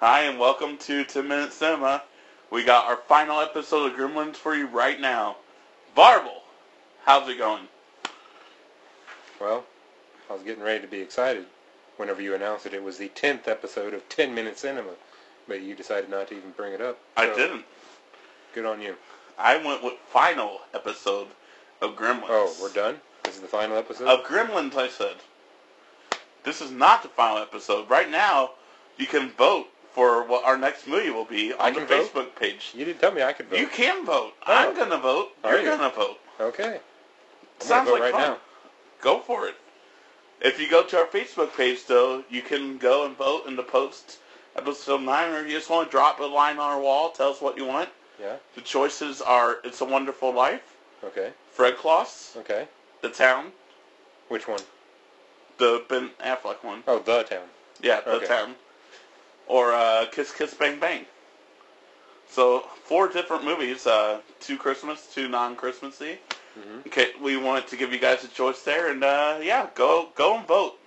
Hi, and welcome to 10 Minute Cinema. We got our final episode of Gremlins for you right now. Varble, how's it going? Well, I was getting ready to be excited whenever you announced that it was the 10th episode of 10 Minute Cinema, but you decided not to even bring it up. I So, didn't. Good on you. I went with final episode of Gremlins. Oh, we're done? This is the final episode? Of Gremlins, I said. This is not the final episode. Right now, you can vote for what our next movie will be on I the can vote? Facebook page. you didn't tell me I could vote. You can vote. I'm Oh. going to vote. Are You're you? going to vote. Okay. I'm Sounds gonna like vote right fun. now. Go for it. If you go to our Facebook page, though, you can go and vote in the post episode 9, or if you just want to drop a line on our wall, tell us what you want. Yeah? The choices are It's a Wonderful Life, Okay. Fred Claus, Okay. The Town, Which one? the Ben Affleck one. Oh, The Town. Yeah, The Okay. Town. Or uh, Kiss Kiss Bang Bang. So, four different movies, uh, two Christmas, two non-Christmassy. hmm Okay, we wanted to give you guys a choice there, and uh, yeah, go go and vote.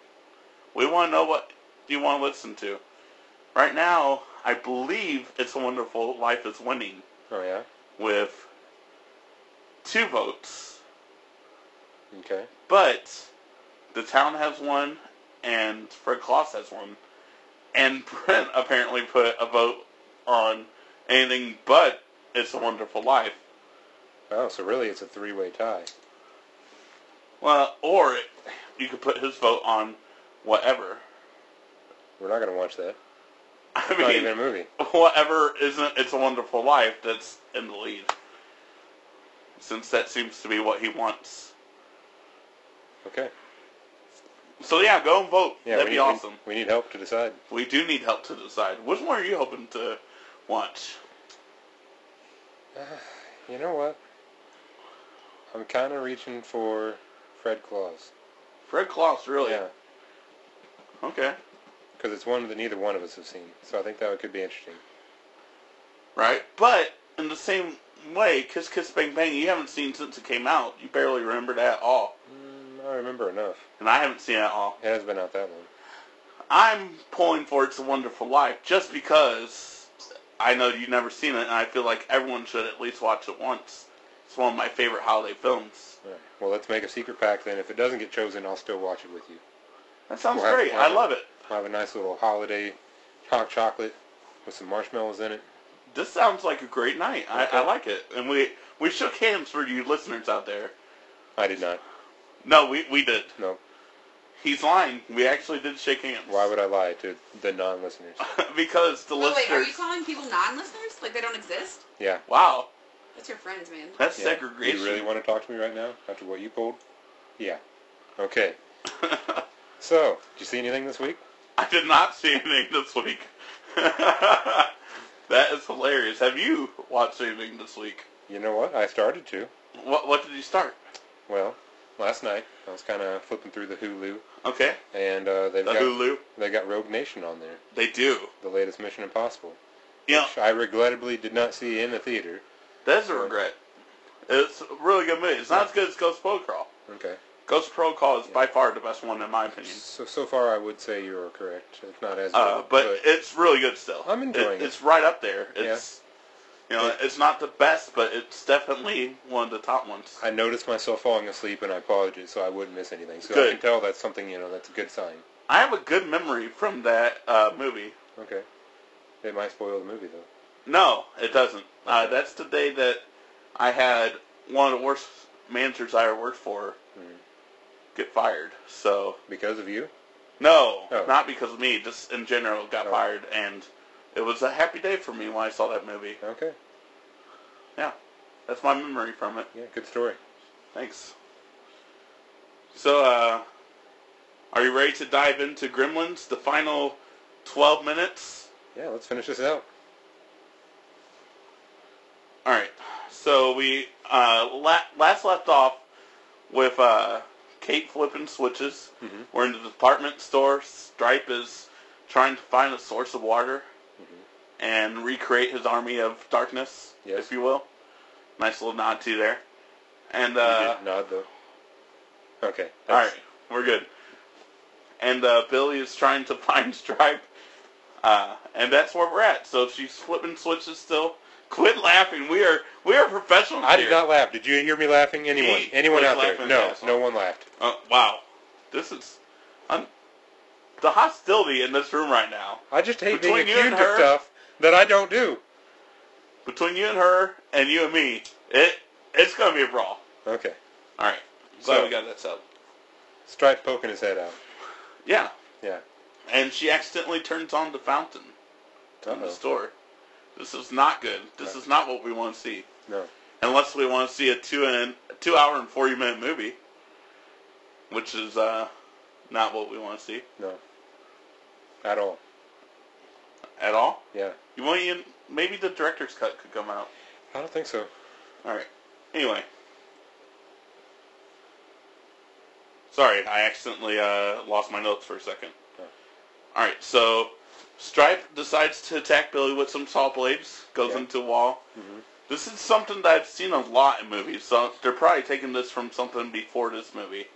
We want to know what you want to listen to. Right now, I believe "It's a Wonderful Life" is winning Oh, yeah? with two votes, Okay. but the town has one, and Fred Claus has one, and Brent apparently put a vote on anything but "It's a Wonderful Life." Oh, so really it's a three-way tie. Well, or it, you could put his vote on whatever. We're not going to watch that. I mean, Not even a movie. whatever isn't It's a Wonderful Life that's in the lead. Since that seems to be what he wants. Okay. So yeah, go and vote. Yeah, That'd we be need, we- awesome. We, need help to decide. We do need help to decide. Which one are you hoping to watch? You know what? I'm kind of reaching for Fred Claus. Fred Claus, really? Oh, Yeah. Okay. Because it's one that neither one of us have seen. So I think that could be interesting. Right. But in the same way, Kiss Kiss Bang Bang, you haven't seen since it came out. You barely remember that at all. Mm, I remember enough. And I haven't seen it at all. It has been out that long. I'm pulling for It's a Wonderful Life just because I know you've never seen it, and I feel like everyone should at least watch it once. It's one of my favorite holiday films. All right. Well, let's make a secret pact then. If it doesn't get chosen, I'll still watch it with you. That sounds Wow. great. I love it. I'll have a nice little holiday hot chocolate with some marshmallows in it. This sounds like a great night. I, I Okay. like it. And we we shook hands for you listeners out there. I did not. No, we, we did. No. He's lying. We actually did shake hands. Why would I lie to the non-listeners? because the Wait, wait, are listeners. you calling people non-listeners? Like they don't exist? Yeah. wow, That's your friends, man. that's yeah. segregation. You really want to talk to me right now after what you pulled? Yeah. Okay. So, did you see anything this week? I did not see anything this week. that is hilarious. Have you watched anything this week? You know what? I started to. What What did you start? Well, last night I was kind of flipping through the Hulu, Okay, and uh, they've the got Hulu. they got Rogue Nation on there, They do. the latest Mission Impossible, Yeah, which I regrettably did not see in the theater. that's a regret. It's a really good movie. It's not as good as Ghost Protocol. Okay. Ghost Protocol is by far the best one in my opinion. So so far, I would say you are correct. It's not as Uh, good, but it's really good still. I'm enjoying it. It's right up there. It's you know, It- it's not the best, but it's definitely one of the top ones. I noticed myself falling asleep, and I paused it so I wouldn't miss anything. So Good. I can tell that's something you know that's a good sign. I have a good memory from that uh, movie. Okay. It might spoil the movie though. No, it doesn't. Uh, that's the day that I had one of the worst managers I ever worked for Mhm. get fired. So Because of you? no, Oh. not because of me. Just in general, got Oh. fired, and it was a happy day for me when I saw that movie. Okay. Yeah, that's my memory from it. Yeah. Good story. Thanks. So, uh, are you ready to dive into Gremlins? The final twelve minutes. Yeah. Let's finish this out. All right. So we uh, la- last left off with uh, Kate flipping switches. Mhm. We're in the department store. Stripe is trying to find a source of water and recreate his army of darkness, Mm-hmm. Yes. if you will. Nice little nod to you there. And you uh, did nod though. Okay. all that's- right, we're good. And uh, Billy is trying to find Stripe. Uh, and that's where we're at. So she's flipping switches still. Quit laughing. We are we are professionals I here. did not laugh. Did you hear me laughing? Anyone? He Anyone was out there? laughing No, at us. no one laughed. Uh, wow, this is un- the hostility in this room right now I just hate Between being you and accused of her- stuff that I don't do. between you and her and you and me. It it's gonna be a brawl. Okay. All right, glad So- we got that settled. Stripe poking his head out. Yeah, Yeah. and she accidentally turns on the fountain in the Uh-oh. store. This is not good. This is not what we want to see. No. unless we want to see a two and two hour and forty minute movie, which is uh, not what we want to see No. At all. at all. Yeah. You want you maybe the director's cut could come out. I don't think so. All right. Anyway, sorry, I accidentally uh, lost my notes for a second. Okay. All right, so Stripe decides to attack Billy with some saw blades. Goes Yeah. into a wall. Mhm. This is something that I've seen a lot in movies, so they're probably taking this from something before this movie.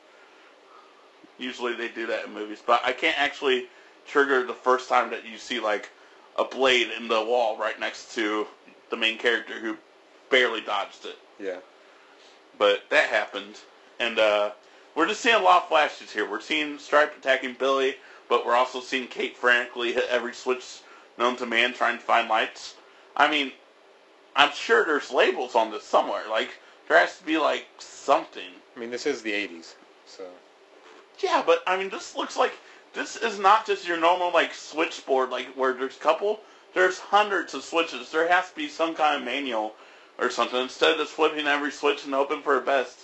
Usually they do that in movies, but I can't actually trigger the first time that you see like a blade in the wall right next to the main character who barely dodged it. Yeah. But that happened, and uh, we're just seeing a lot of flashes here. We're seeing Stripe attacking Billy, but we're also seeing Kate frantically hit every switch known to man trying to find lights. I mean, I'm sure there's labels on this somewhere. Like there has to be like something. I mean, this is the 80s, so Yeah, but I mean, this looks like this is not just your normal like switchboard like where there's a couple. There's hundreds of switches. There has to be some kind of manual or something instead of just flipping every switch and hoping for the best.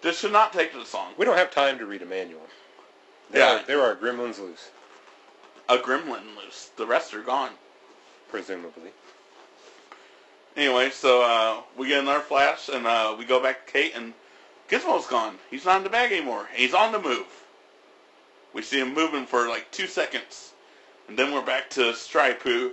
This should not take this long. we don't have time to read a manual. There Yeah. Are, there are gremlins loose, A gremlin loose. The rest are gone. presumably. Anyway, so uh, we get another flash, and uh, we go back to Kate, and Gizmo's gone. He's not in the bag anymore. He's on the move. We see him moving for like two seconds, and then we're back to Stripe, who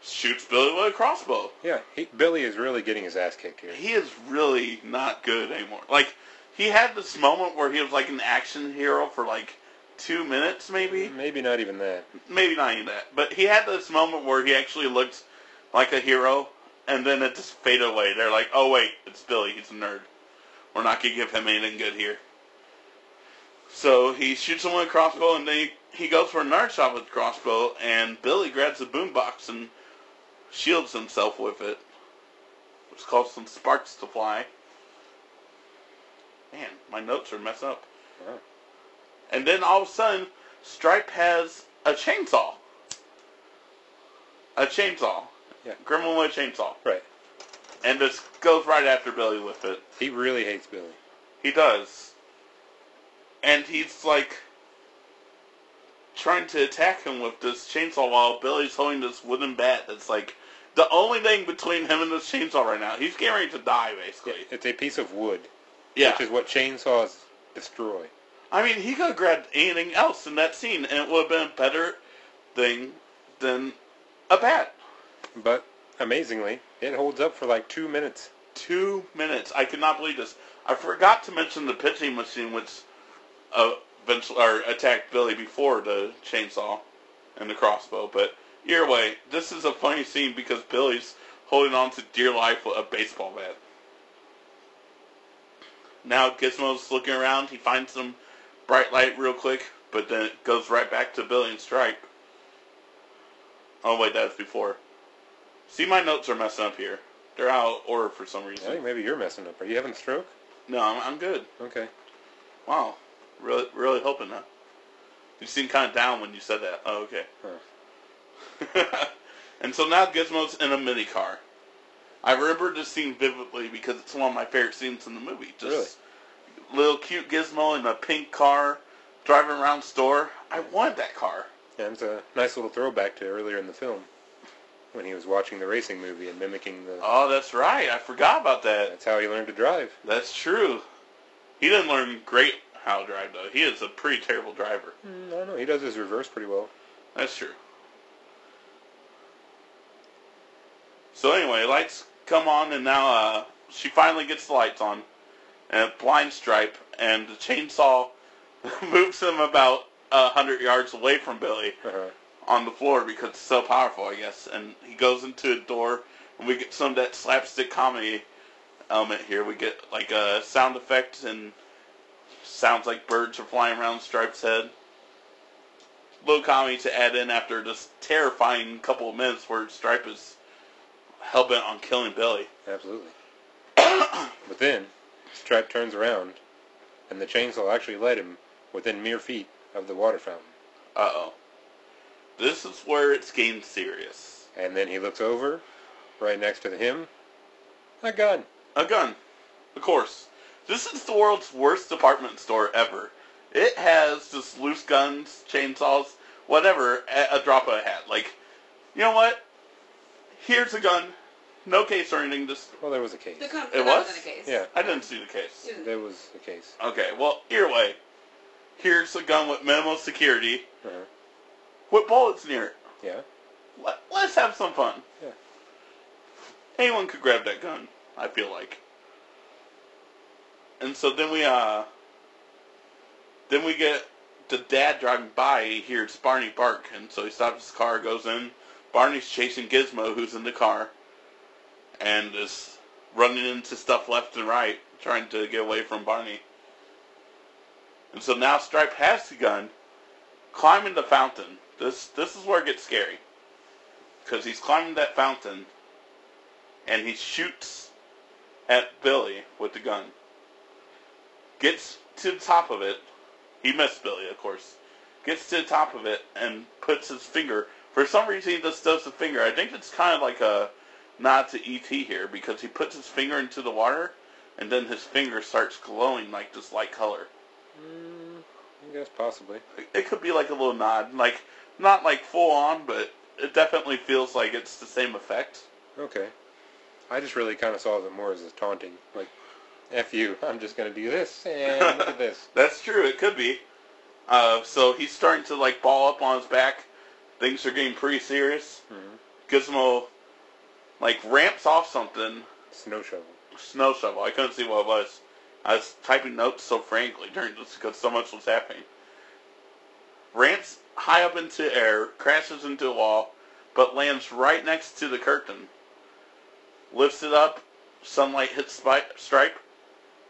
shoots Billy with a crossbow. Yeah. He, Billy is really getting his ass kicked here. He is really not good anymore. Like he had this moment where he was like an action hero for like two minutes, maybe, Maybe not even that. maybe not even that. But he had this moment where he actually looked like a hero, and then it just faded away. They're like, "Oh wait, it's Billy. He's a nerd. We're not gonna give him anything good here." So he shoots him with a crossbow, and then he, he goes for a nerd shot with the crossbow, and Billy grabs a boombox and shields himself with it, which caused some sparks to fly. Man, my notes are messed up. Wow. And then all of a sudden, Stripe has a chainsaw. A chainsaw. Yeah. Gremlin with a chainsaw. Right. And just goes right after Billy with it. He really hates Billy. He does. And he's like trying to attack him with this chainsaw while Billy's holding this wooden bat that's like the only thing between him and this chainsaw right now. He's getting ready to die basically. It's a piece of wood, Yeah. which is what chainsaws destroy. I mean, he could have grabbed anything else in that scene, and it would have been a better thing than a bat. But amazingly, it holds up for like two minutes. Two minutes. I could not believe this. I forgot to mention the pitching machine, which uh, eventually or attacked Billy before the chainsaw and the crossbow. But either way, this is a funny scene because Billy's holding on to dear life with a baseball bat. Now Gizmo's looking around. He finds some bright light real quick, but then it goes right back to Billy and Stripe. Oh wait, that's before. See, my notes are messing up here. They're out of order for some I reason. think maybe you're messing up. Are you having a stroke? No, I'm, I'm good. Okay. Wow, really, really hoping that. You seem kind of down when you said that. Oh, okay. and so now Gizmo's in a mini car. I remember this scene vividly because it's one of my favorite scenes in the movie. Just little cute Gizmo in a pink car driving around store. I wanted that car. And it's a nice little throwback to earlier in the film when he was watching the racing movie and mimicking the. Oh, that's right. I forgot about that. That's how he learned to drive. That's true. He didn't learn great how to drive though. He is a pretty terrible driver. Mm, I don't know. He does his reverse pretty well. That's true. So anyway, lights come on, and now uh, she finally gets the lights on, and a blind stripe, and the chainsaw moves him about a hundred yards away from Billy. Uh-huh. on the floor because it's so powerful, I guess. And he goes into a door, and we get some of that slapstick comedy element here. We get like a sound effect and sounds like birds are flying around Stripe's head. Little comedy to add in after this terrifying couple of minutes where Stripe is hell bent on killing Billy. Absolutely. but then, Stripe turns around, and the chainsaw actually led him within mere feet of the water fountain. Uh oh. This is where it's getting serious. And then he looks over, right next to him, a gun. A gun. Of course. This is the world's worst department store ever. It has just loose guns, chainsaws, whatever, at a drop of a hat. Like, you know what? Here's a gun. No case or anything. Just Well, there was a case. The con- It it was? was? in a case. Yeah, I didn't see the case. You didn't- there was a case. Okay, well, either way, here's a gun with minimal security, Uh-huh. with bullets near it. Yeah. Let, let's have some fun. Yeah. Anyone could grab that gun, I feel like. And so then we uh then we get the dad driving by, he hears Barney bark, and so he stops his car, goes in. Barney's chasing Gizmo who's in the car and is running into stuff left and right, trying to get away from Barney. And so now Stripe has the gun, climbing the fountain. This this is where it gets scary because he's climbing that fountain and he shoots at Billy with the gun. Gets to the top of it. He missed Billy, of course. Gets to the top of it and puts his finger. For some reason, he just does the finger. I think it's kind of like a nod to E.T. here because he puts his finger into the water and then his finger starts glowing like this light color. Mm, I guess possibly. It could be like a little nod, like not like full on, but it definitely feels like it's the same effect. Okay. I just really kind of saw it more as a taunting. Like, F you, I'm just going to do this, and look at this. That's true. It could be. Uh, so he's starting to like ball up on his back. Things are getting pretty serious. Mhm. Gizmo like ramps off something. Snow shovel. Snow shovel. I couldn't see what it was. I was typing notes so frankly during this because so much was happening. Ramps high up into air, crashes into a wall, but lands right next to the curtain. Lifts it up. Sunlight hits Spi- Stripe,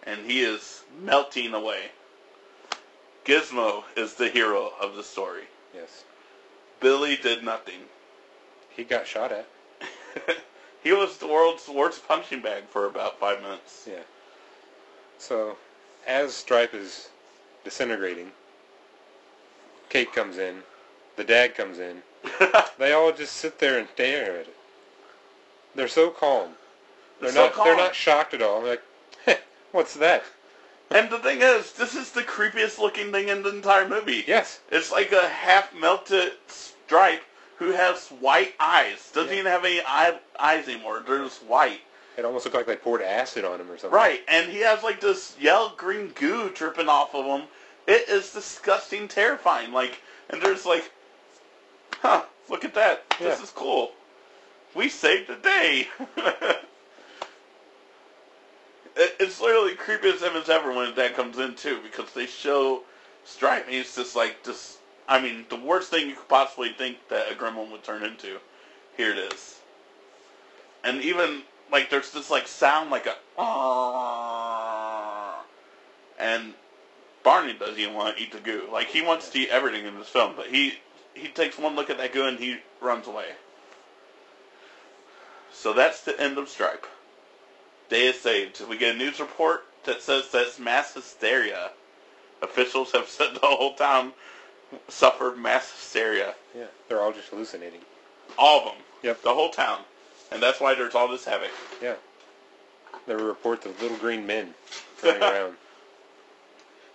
and he is melting away. Gizmo is the hero of the story. Yes. Billy did nothing. He got shot at. he was the world's worst punching bag for about five minutes. Yeah. So, as Stripe is disintegrating, Kate comes in, the dad comes in. They all just sit there and stare at it. They're so calm. They're So not. They're calm. not shocked at all. They're like, "Heh, what's that? And the thing is, this is the creepiest looking thing in the entire movie. Yes. It's like a half melted stripe who has white eyes. Doesn't Yeah. even have any eye, eyes anymore. They're just white. It almost looked like they poured acid on him or something. Right, and he has like this yellow green goo dripping off of him. It is disgusting, terrifying. Like, and there's like, huh? Look at that. This Yeah. is cool. We saved the day. It- it's literally the creepiest image ever when that comes in too, because they show Stripe, and he's just like this. I mean, the worst thing you could possibly think that a gremlin would turn into. Here it is. And even like there's this like sound like a "Ah," and Barney doesn't even want to eat the goo. Like he wants to eat everything in this film, but he he takes one look at that goo and he runs away. So that's the end of Stripe. Day is saved. We get a news report that says that's mass hysteria. Officials have said the whole town suffered mass hysteria. Yeah. They're all just hallucinating. All of them. Yep. The whole town. And that's why there's all this havoc. Yeah. There were reports of little green men running around.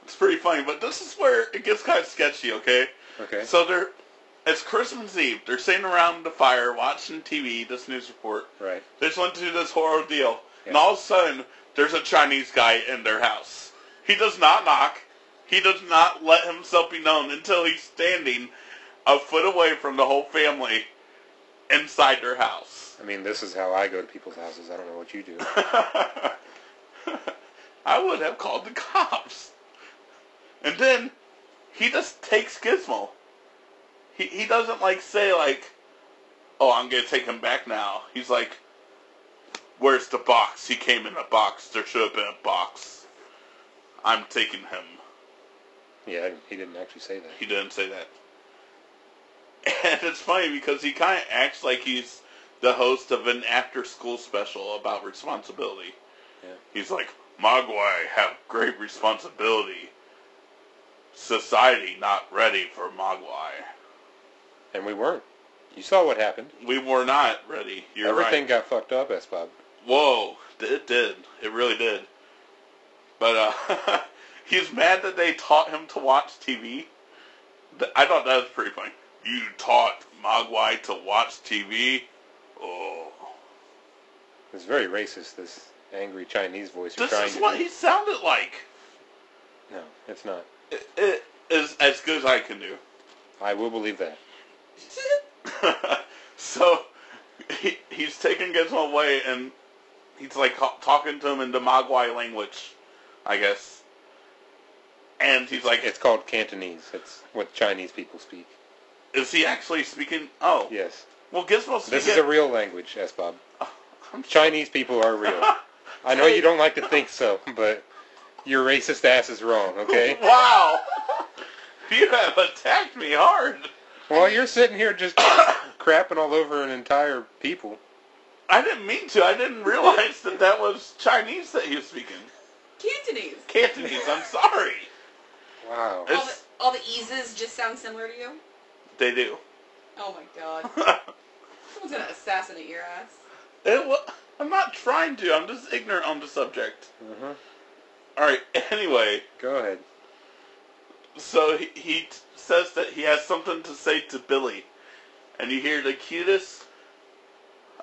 It's pretty funny, but this is where it gets kind of sketchy, okay? Okay. So they're, it's Christmas Eve. They're sitting around the fire watching TV, this news report. right. They just went through this horror deal, and Yeah. all of a sudden, there's a Chinese guy in their house. He does not knock. He does not let himself be known until he's standing a foot away from the whole family inside their house. I mean, this is how I go to people's houses. I don't know what you do. I would have called the cops. And then he just takes Gizmo. he, he doesn't like say like, "Oh, I'm gonna take him back now." He's like, "Where's the box? He came in a box. There should have been a box. I'm taking him." Yeah, I didn't- he didn't actually say that. He didn't say that. And it's funny because he kind of acts like he's the host of an after-school special about responsibility. Yeah. He's like, Mogwai have great responsibility. Society not ready for Mogwai. And we weren't. You saw what happened. We were not ready. You're Everything right. got fucked up, S. Bob. Whoa, it did. It really did. But uh, he's mad that they taught him to watch TV. Th- I thought that was pretty funny. You taught Mogwai to watch TV? Oh. It's very racist, this angry Chinese voice you're This trying is to what do. he sounded like. No, it's not. It, it is as good as I can do. I will believe that. so he, he's taking Gizmo away, and he's like ca- talking to him in the Mogwai language, I guess. And he's like, It's called Cantonese. It's what Chinese people speak. "Is he actually speaking?" Oh, Yes. well, Gizmo's This is speaking. a real language, S. Bob. Oh, I'm- Chinese people are real. I know you don't like to think so, but your racist ass is wrong, okay? wow, you have attacked me hard. Well, you're sitting here just crapping all over an entire people. I didn't mean to. I didn't realize that that was Chinese that he was speaking. Cantonese. Cantonese. I'm sorry. Wow. All the, It's- all the eases just sound similar to you? They do. Oh my god. Someone's gonna assassinate your ass. It wa- I'm not trying to. I'm just ignorant on the subject. hmm All right. Anyway, Go ahead. so he, he t- says that he has something to say to Billy, and you hear the cutest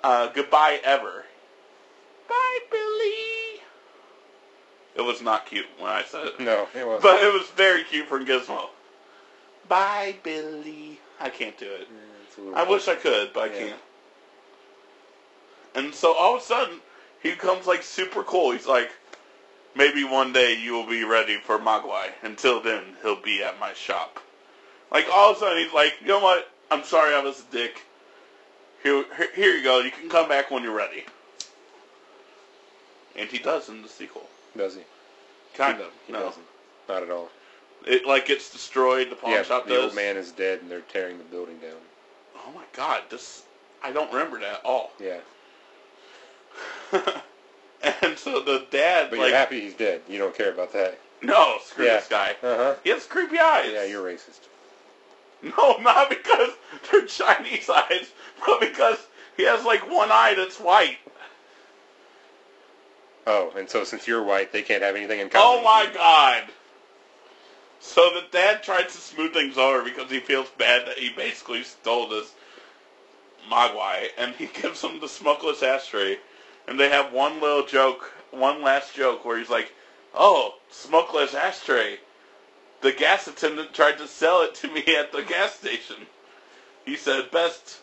uh, goodbye ever. Bye, Billy. It was not cute when I said it, No, it wasn't. but it was very cute from Gizmo. Bye, Billy. I can't do it. Yeah, it's a little- I wish I could, but I Yeah. can't. And so all of a sudden, he comes like super cool. He's like, maybe one day you will be ready for Mogwai. Until then, he'll be at my shop. Like all of a sudden, he's like, you know what? I'm sorry I was a dick. Here, here- here you go. You can come back when you're ready. And he does in the sequel. Does he? Kind of. He no. doesn't. Not at all. It like gets destroyed. The pawn yeah, shop the does. old man is dead, and they're tearing the building down. Oh my god, this. I don't remember that at all. Yeah, And so the dad, but like, you're happy he's dead. You don't care about that. no, screw Yeah. this guy. Uh huh. He has creepy eyes. Yeah, you're racist. No, not because they're Chinese eyes, but because he has like one eye that's white. Oh, and so since you're white, they can't have anything in common. Oh my god. So the dad tries to smooth things over because he feels bad that he basically stole this Mogwai, and he gives him the smokeless ashtray, and they have one little joke, one last joke where he's like, "Oh, smokeless ashtray." The gas attendant tried to sell it to me at the gas station. He said, "Best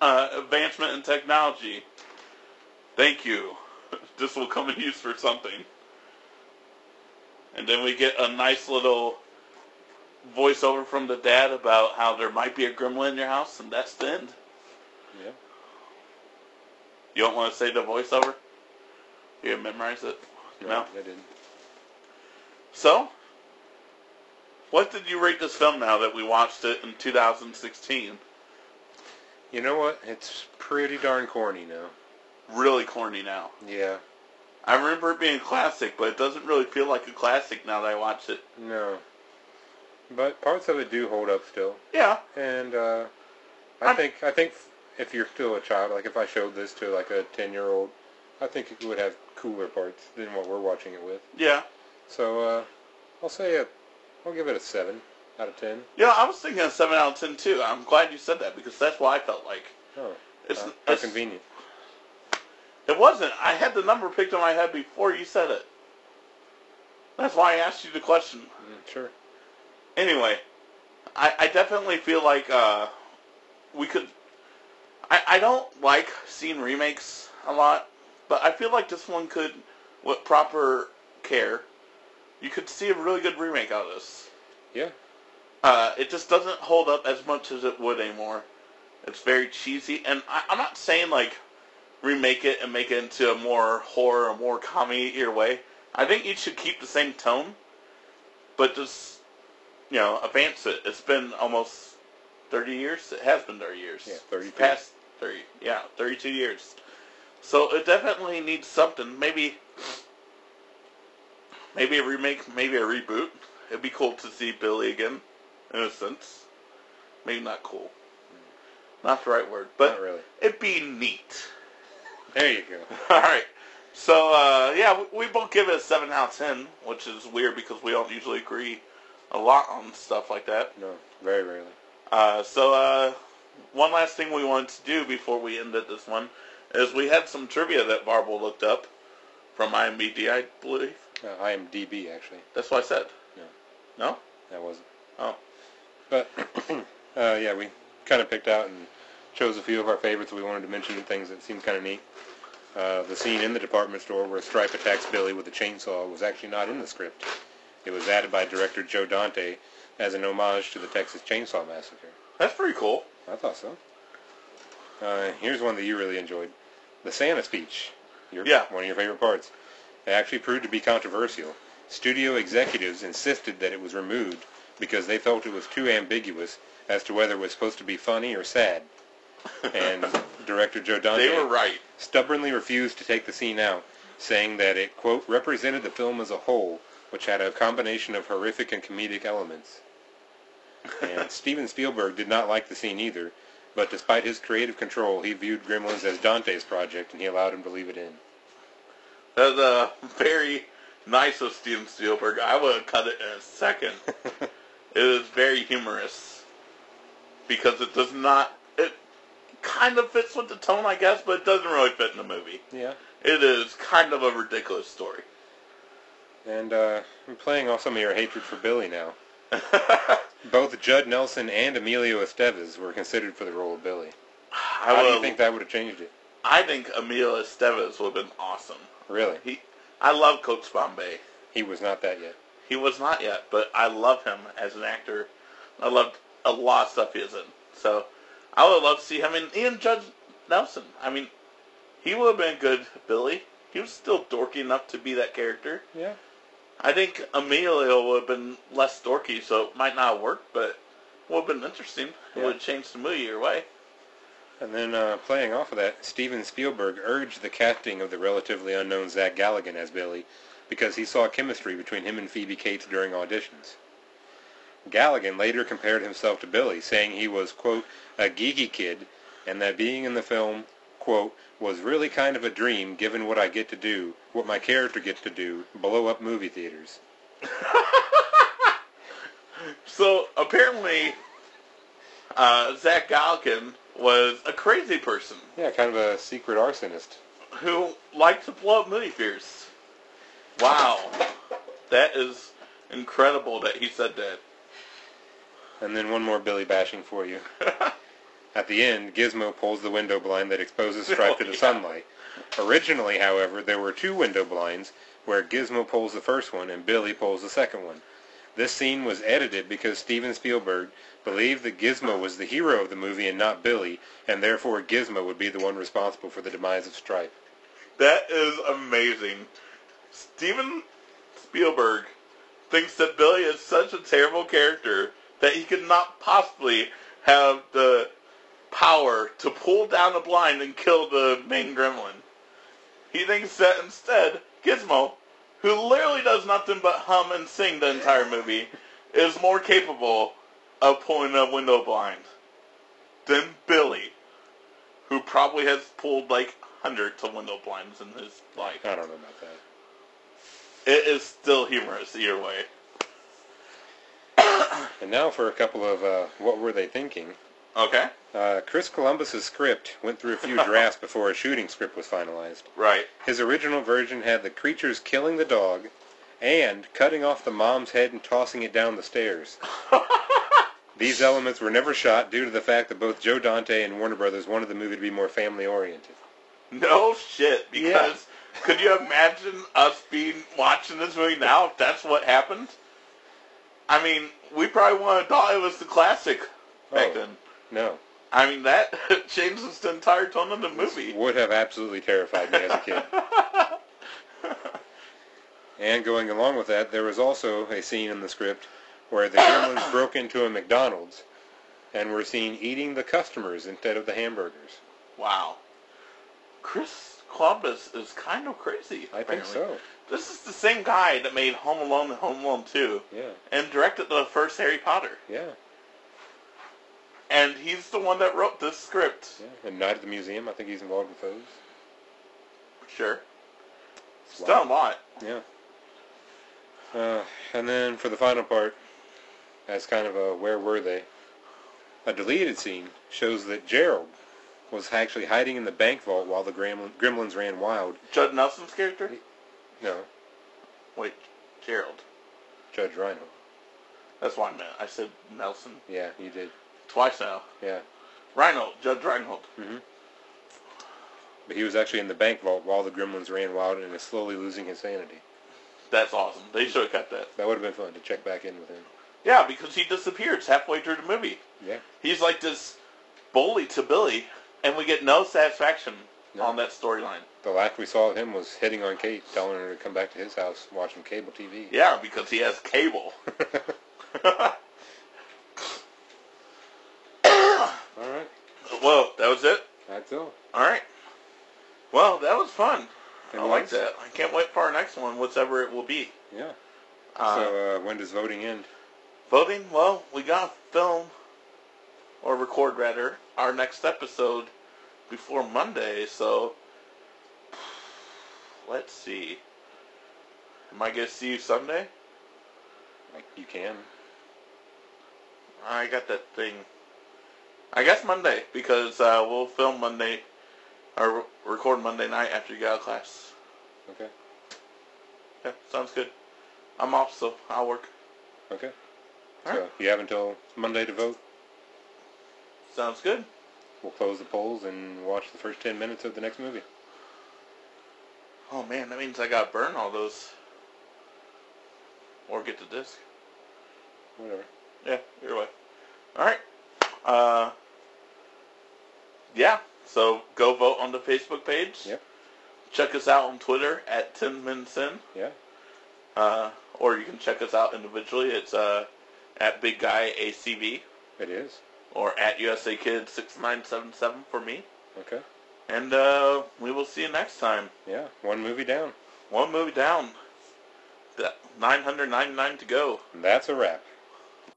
uh, advancement in technology." Thank you. This will come in use for something. And then we get a nice little voiceover from the dad about how there might be a gremlin in your house, and that's the end. Yeah. You don't want to say the voiceover? You gonna memorize it? No, No. I didn't. So, what did you rate this film now that we watched it in 2016? You know what? It's pretty darn corny now. Really corny now. Yeah. I remember it being a classic, but it doesn't really feel like a classic now that I watched it. No. But parts of it do hold up still, Yeah. and uh, I I'm- think I think if you're still a child, like if I showed this to like a ten-year-old, I think it would have cooler parts than what we're watching it with. Yeah. So uh, I'll say a, I'll give it a seven out of ten. You know, I was thinking of 7 out of 10 too. I'm glad you said that because that's what I felt like. Oh, It's, uh, how it's convenient. It wasn't. I had the number picked in my head before you said it. That's why I asked you the question. Mm, Sure. Anyway, I, I definitely feel like uh, we could. I, I don't like seeing remakes a lot, but I feel like this one could, with proper care, you could see a really good remake out of this. Yeah. Uh, it just doesn't hold up as much as it would anymore. It's very cheesy, and I, I'm not saying like remake it and make it into a more horror or more comedy either way. I think you should keep the same tone, but just you know advance it. It's been almost 30 years. It has been 30 years. Yeah, 32. It's Past 30. Yeah, 32 years. So it definitely needs something. Maybe maybe a remake, maybe a reboot. It'd be cool to see Billy again, in a sense. Maybe not cool. Not the right word, but Not really. it'd be neat. There you go. All right. So uh, yeah, we- we both give it a seven out of ten, which is weird because we don't usually agree a lot on stuff like that. No, very rarely. Uh, so uh, one last thing we wanted to do before we ended this one is we had some trivia that Barble looked up from IMDb, I believe. No, IMDb actually. That's what I said. No. No? That wasn't. Oh. But uh, yeah, we kind of picked out and chose a few of our favorites. We wanted to mention things that seemed kind of neat. Uh, the scene in the department store where Stripe attacks Billy with a chainsaw was actually not in the script. It was added by director Joe Dante as an homage to the Texas Chainsaw Massacre. That's pretty cool. I thought so. Uh, here's one that you really enjoyed. The Santa speech. Your, Yeah. One of your favorite parts. It actually proved to be controversial. Studio executives insisted that it was removed because they felt it was too ambiguous as to whether it was supposed to be funny or sad. And director Joe Dante They were right. stubbornly refused to take the scene out, saying that it, quote, represented the film as a whole, which had a combination of horrific and comedic elements. And Steven Spielberg did not like the scene either, but despite his creative control, he viewed Gremlins as Dante's project and he allowed him to leave it in. That's uh, very nice of Steven Spielberg. I would have cut it in a second. it is very humorous because it does not. It kind of fits with the tone, I guess, but it doesn't really fit in the movie. Yeah. It is kind of a ridiculous story. And uh, I'm playing off some of your hatred for Billy now. Both Judd Nelson and Emilio Estevez were considered for the role of Billy. I How do would. you think that would have changed it? I think Emilio Estevez would have been awesome. Really? He, I love Coach Bombay. He was not that yet. He was not yet, but I love him as an actor. I loved a lot of stuff he was in. So I would love to see him and Ian Judge Nelson. I mean, he would have been good Billy. He was still dorky enough to be that character. Yeah. I think Emilio would have been less dorky, so it might not have worked, but would have been interesting. It Yeah. would have changed the movie your way. And then uh, playing off of that, Steven Spielberg urged the casting of the relatively unknown Zach Galligan as Billy because he saw chemistry between him and Phoebe Cates during auditions. Galligan later compared himself to Billy, saying he was, quote, a geeky kid and that being in the film, quote, was really kind of a dream given what I get to do, what my character gets to do, blow up movie theaters. So apparently, uh, Zach Galkin was a crazy person Yeah, kind of a secret arsonist. who liked to blow up movie theaters. Wow, that is incredible that he said that. And then one more Billy bashing for you. At the end, Gizmo pulls the window blind that exposes Stripe to Oh, the yeah. sunlight. Originally, however, there were two window blinds where Gizmo pulls the first one and Billy pulls the second one. This scene was edited because Steven Spielberg believed that Gizmo was the hero of the movie and not Billy, and therefore Gizmo would be the one responsible for the demise of Stripe. That is amazing. Steven Spielberg thinks that Billy is such a terrible character that he could not possibly have the power to pull down a blind and kill the main gremlin. He thinks that instead, Gizmo, who literally does nothing but hum and sing the entire movie, is more capable of pulling a window blind than Billy, who probably has pulled like hundreds of window blinds in his life. I don't know about that. It is still humorous either way. And now for a couple of uh, what were they thinking? Okay. Uh, Chris Columbus's script went through a few drafts before a shooting script was finalized. Right. His original version had the creatures killing the dog and cutting off the mom's head and tossing it down the stairs. These elements were never shot due to the fact that both Joe Dante and Warner Brothers wanted the movie to be more family oriented. No shit. Because could you imagine us being watching this movie now if that's what happened? I mean, we probably would have thought it was the classic back Oh. then. No. I mean, that changes the entire tone of the movie. Would have absolutely terrified me as a kid. and going along with that, there was also a scene in the script where the gremlins broke into a McDonald's and were seen eating the customers instead of the hamburgers. Wow. Chris Columbus is kind of crazy. I think apparently. so. This is the same guy that made Home Alone and Home Alone 2 Yeah. and directed the first Harry Potter. Yeah. And he's the one that wrote this script. Yeah. And Night at the Museum, I think he's involved with those. Sure. He's done a lot. Yeah. Uh, and then for the final part, as kind of a where were they, a deleted scene shows that Gerald was actually hiding in the bank vault while the gremlin, gremlins ran wild. Judd Nelson's character? No, Wait, Gerald. Judge Rhino. That's what I meant. I said Nelson Yeah, you did. twice now. Yeah. Reinhold, Judge Reinhold. But he was actually in the bank vault while the gremlins ran wild and is slowly losing his sanity. That's awesome. They should have got that. That would have been fun to check back in with him. Yeah, because he disappears halfway through the movie. Yeah. He's like this bully to Billy, and we get no satisfaction No. on that storyline. The last we saw of him was hitting on Kate, telling her to come back to his house watching cable TV. Yeah, because he has cable. All right. well, that was it. That's all. All right. Well, that was fun. It I like was. that. I can't wait for our next one, whatever it will be. Yeah. Uh, so uh, when does voting end? voting, well, we gotta film or record rather our next episode before Monday, so let's see. Am I gonna see you Sunday? Like you can. I got that thing. I guess Monday because uh, we'll film Monday or re- record Monday night after you get out of class. Okay. Yeah, sounds good. I'm off, so I'll work. Okay. All so right. you have until Monday to vote. Sounds good. We'll close the polls and watch the first ten minutes of the next movie. Oh man, that means I gotta burn all those or get the disc. Whatever. Yeah, either way. All right. Uh, yeah. So go vote on the Facebook page. Yep. Check us out on Twitter at Ten Min Sin, Yeah. uh, or you can check us out individually. It's uh, at Big Guy ACV It is. or at USA Kid six nine seven seven for me. Okay. And uh, we will see you next time. Yeah. One movie down. One movie down. Nine hundred ninety nine to go. And that's a wrap.